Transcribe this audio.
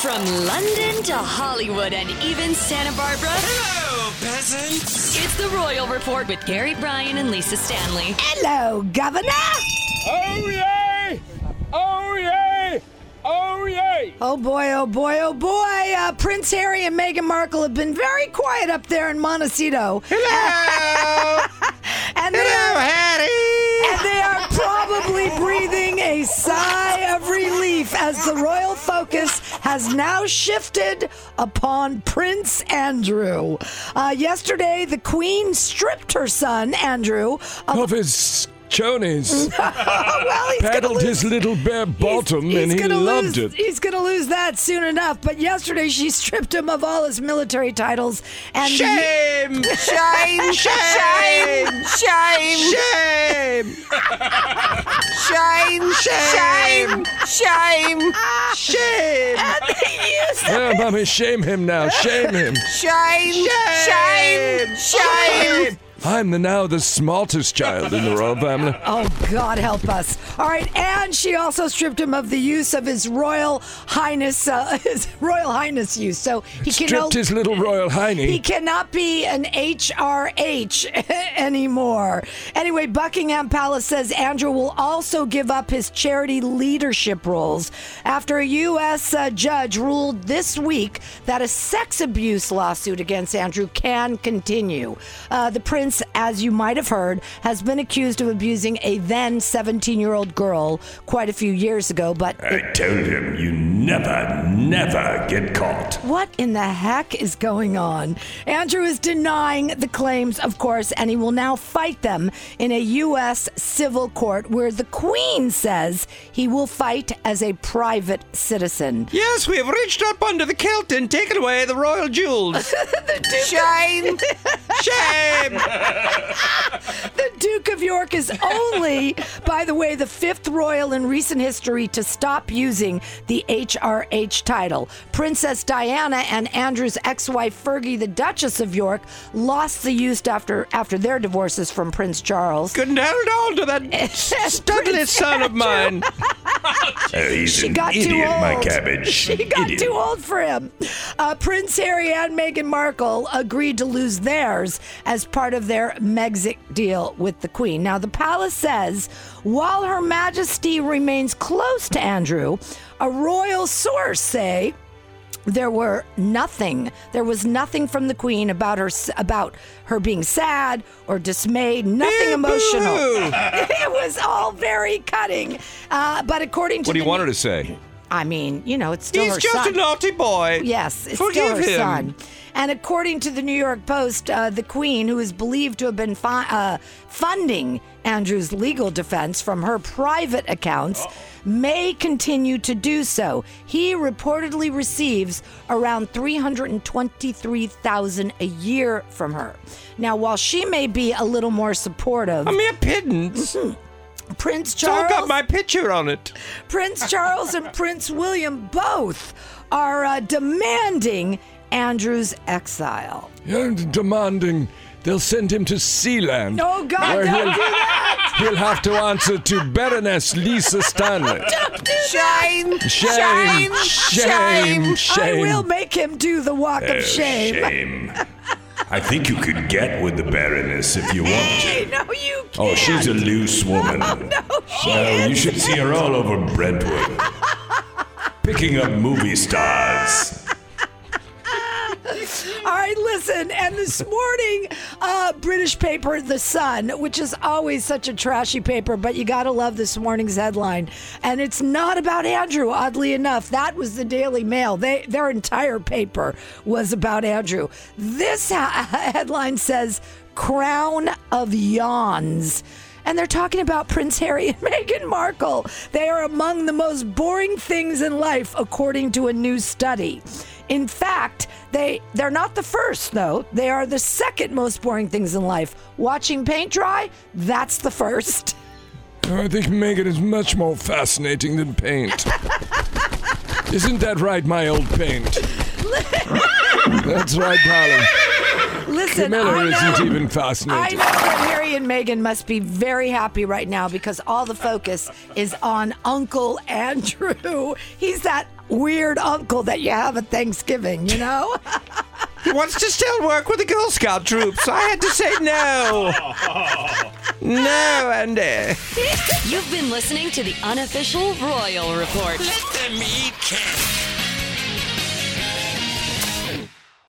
From London to Hollywood and even Santa Barbara. Hello, peasants. It's the Royal Report with Gary Bryan and Lisa Stanley. Hello, Governor. Oh yay! Oh yay! Oh yay! Oh boy, oh boy, oh boy. Uh, Prince Harry and Meghan Markle have been very quiet up there in Montecito. Hello! and they Hello, are, Hattie! and they are probably breathing a sigh of relief as the royal focus has now shifted upon Prince Andrew. Uh, yesterday, the Queen stripped her son, Andrew, of Of his chonies, well, he's gonna paddled lose- his little bare bottom, and he gonna loved it. lose, He's going to lose that soon enough. But yesterday, she stripped him of all his military titles. And Shame! Shame! Shame! Shame! Shame! Shame! Shame! Shame! Shame! Yeah, mommy, shame him now. Shame him. Shame! Shame! Shame! I'm the, now the smartest child in the royal family. Oh, God help us. All right. And she also stripped him of the use of his Royal Highness, uh, his Royal Highness use. So he can no- Stripped his little royal hiney. He cannot be an HRH anymore. Anyway, Buckingham Palace says Andrew will also give up his charity leadership roles after a U.S. uh, judge ruled this week that a sex abuse lawsuit against Andrew can continue. Uh, the prince, as you might have heard, has been accused of abusing a then 17 year old girl quite a few years ago, but I told him you never, never get caught. What in the heck is going on? Andrew is denying the claims, of course, and he will now fight them in a U.S. civil court where the Queen says he will fight as a private citizen. Yes, we have reached up under the kilt and taken away the royal jewels. Shame! Shame! The Duke of York is only, by the way, the fifth royal in recent history to stop using the HRH title. Princess Diana and Andrew's ex-wife Fergie, the Duchess of York, lost the use after after their divorces from Prince Charles. Couldn't hold on to that studly son of mine. Oh, he's She an got idiot, too old. my cabbage. She got idiot. too old for him. Uh, Prince Harry and Meghan Markle agreed to lose theirs as part of their Megxit deal with the Queen. Now, the palace says while Her Majesty remains close to Andrew, a royal source say there were nothing there was nothing from the queen about her about her being sad or dismayed nothing Yeah, emotional boo-hoo. it was all very cutting uh, but according to What do you the want her to say? I mean, you know, it's still He's her just son. a naughty boy. Yes, it's still Forgive her him. son. And according to the New York Post, uh, the Queen, who is believed to have been fi- uh, funding Andrew's legal defense from her private accounts, may continue to do so. He reportedly receives around 323,000 a year from her. Now, while she may be a little more supportive, A mere pittance. It's Prince all Charles got my picture on it. Prince Charles and Prince William both are uh, demanding Andrew's exile. and demanding they'll send him to Sealand. Oh, God, where don't he'll, do he'll have to answer to Baroness Lisa Stanley. Shame! Shame, shame, shame. I will make him do the walk Oh, of shame. shame. I think you could get with the Baroness if you want Hey, to. no, you can't. Oh, she's a loose woman. No, she Oh, you is. should see her all over Brentwood. Picking up movie stars. All right, listen. And this morning, uh, British paper The Sun, which is always such a trashy paper, but you got to love this morning's headline. And it's not about Andrew, oddly enough. That was the Daily Mail. They, their entire paper was about Andrew. This ha- headline says Crown of Yawns and they're talking about Prince Harry and Meghan Markle. They are among the most boring things in life, according to a new study. In fact, they they're not the first though. They are the second most boring things in life. Watching paint dry, that's the first. I think Megan is much more fascinating than paint. Isn't that right, my old paint? That's right, darling. Listen, Camilla I know- isn't even I know fascinating. that Harry and Meghan must be very happy right now because all the focus is on Uncle Andrew. He's that weird uncle that you have at Thanksgiving, you know? He wants to still work with the Girl Scout troop, so I had to say no. No, Andy. You've been listening to the unofficial Royal Report. Let them eat cake.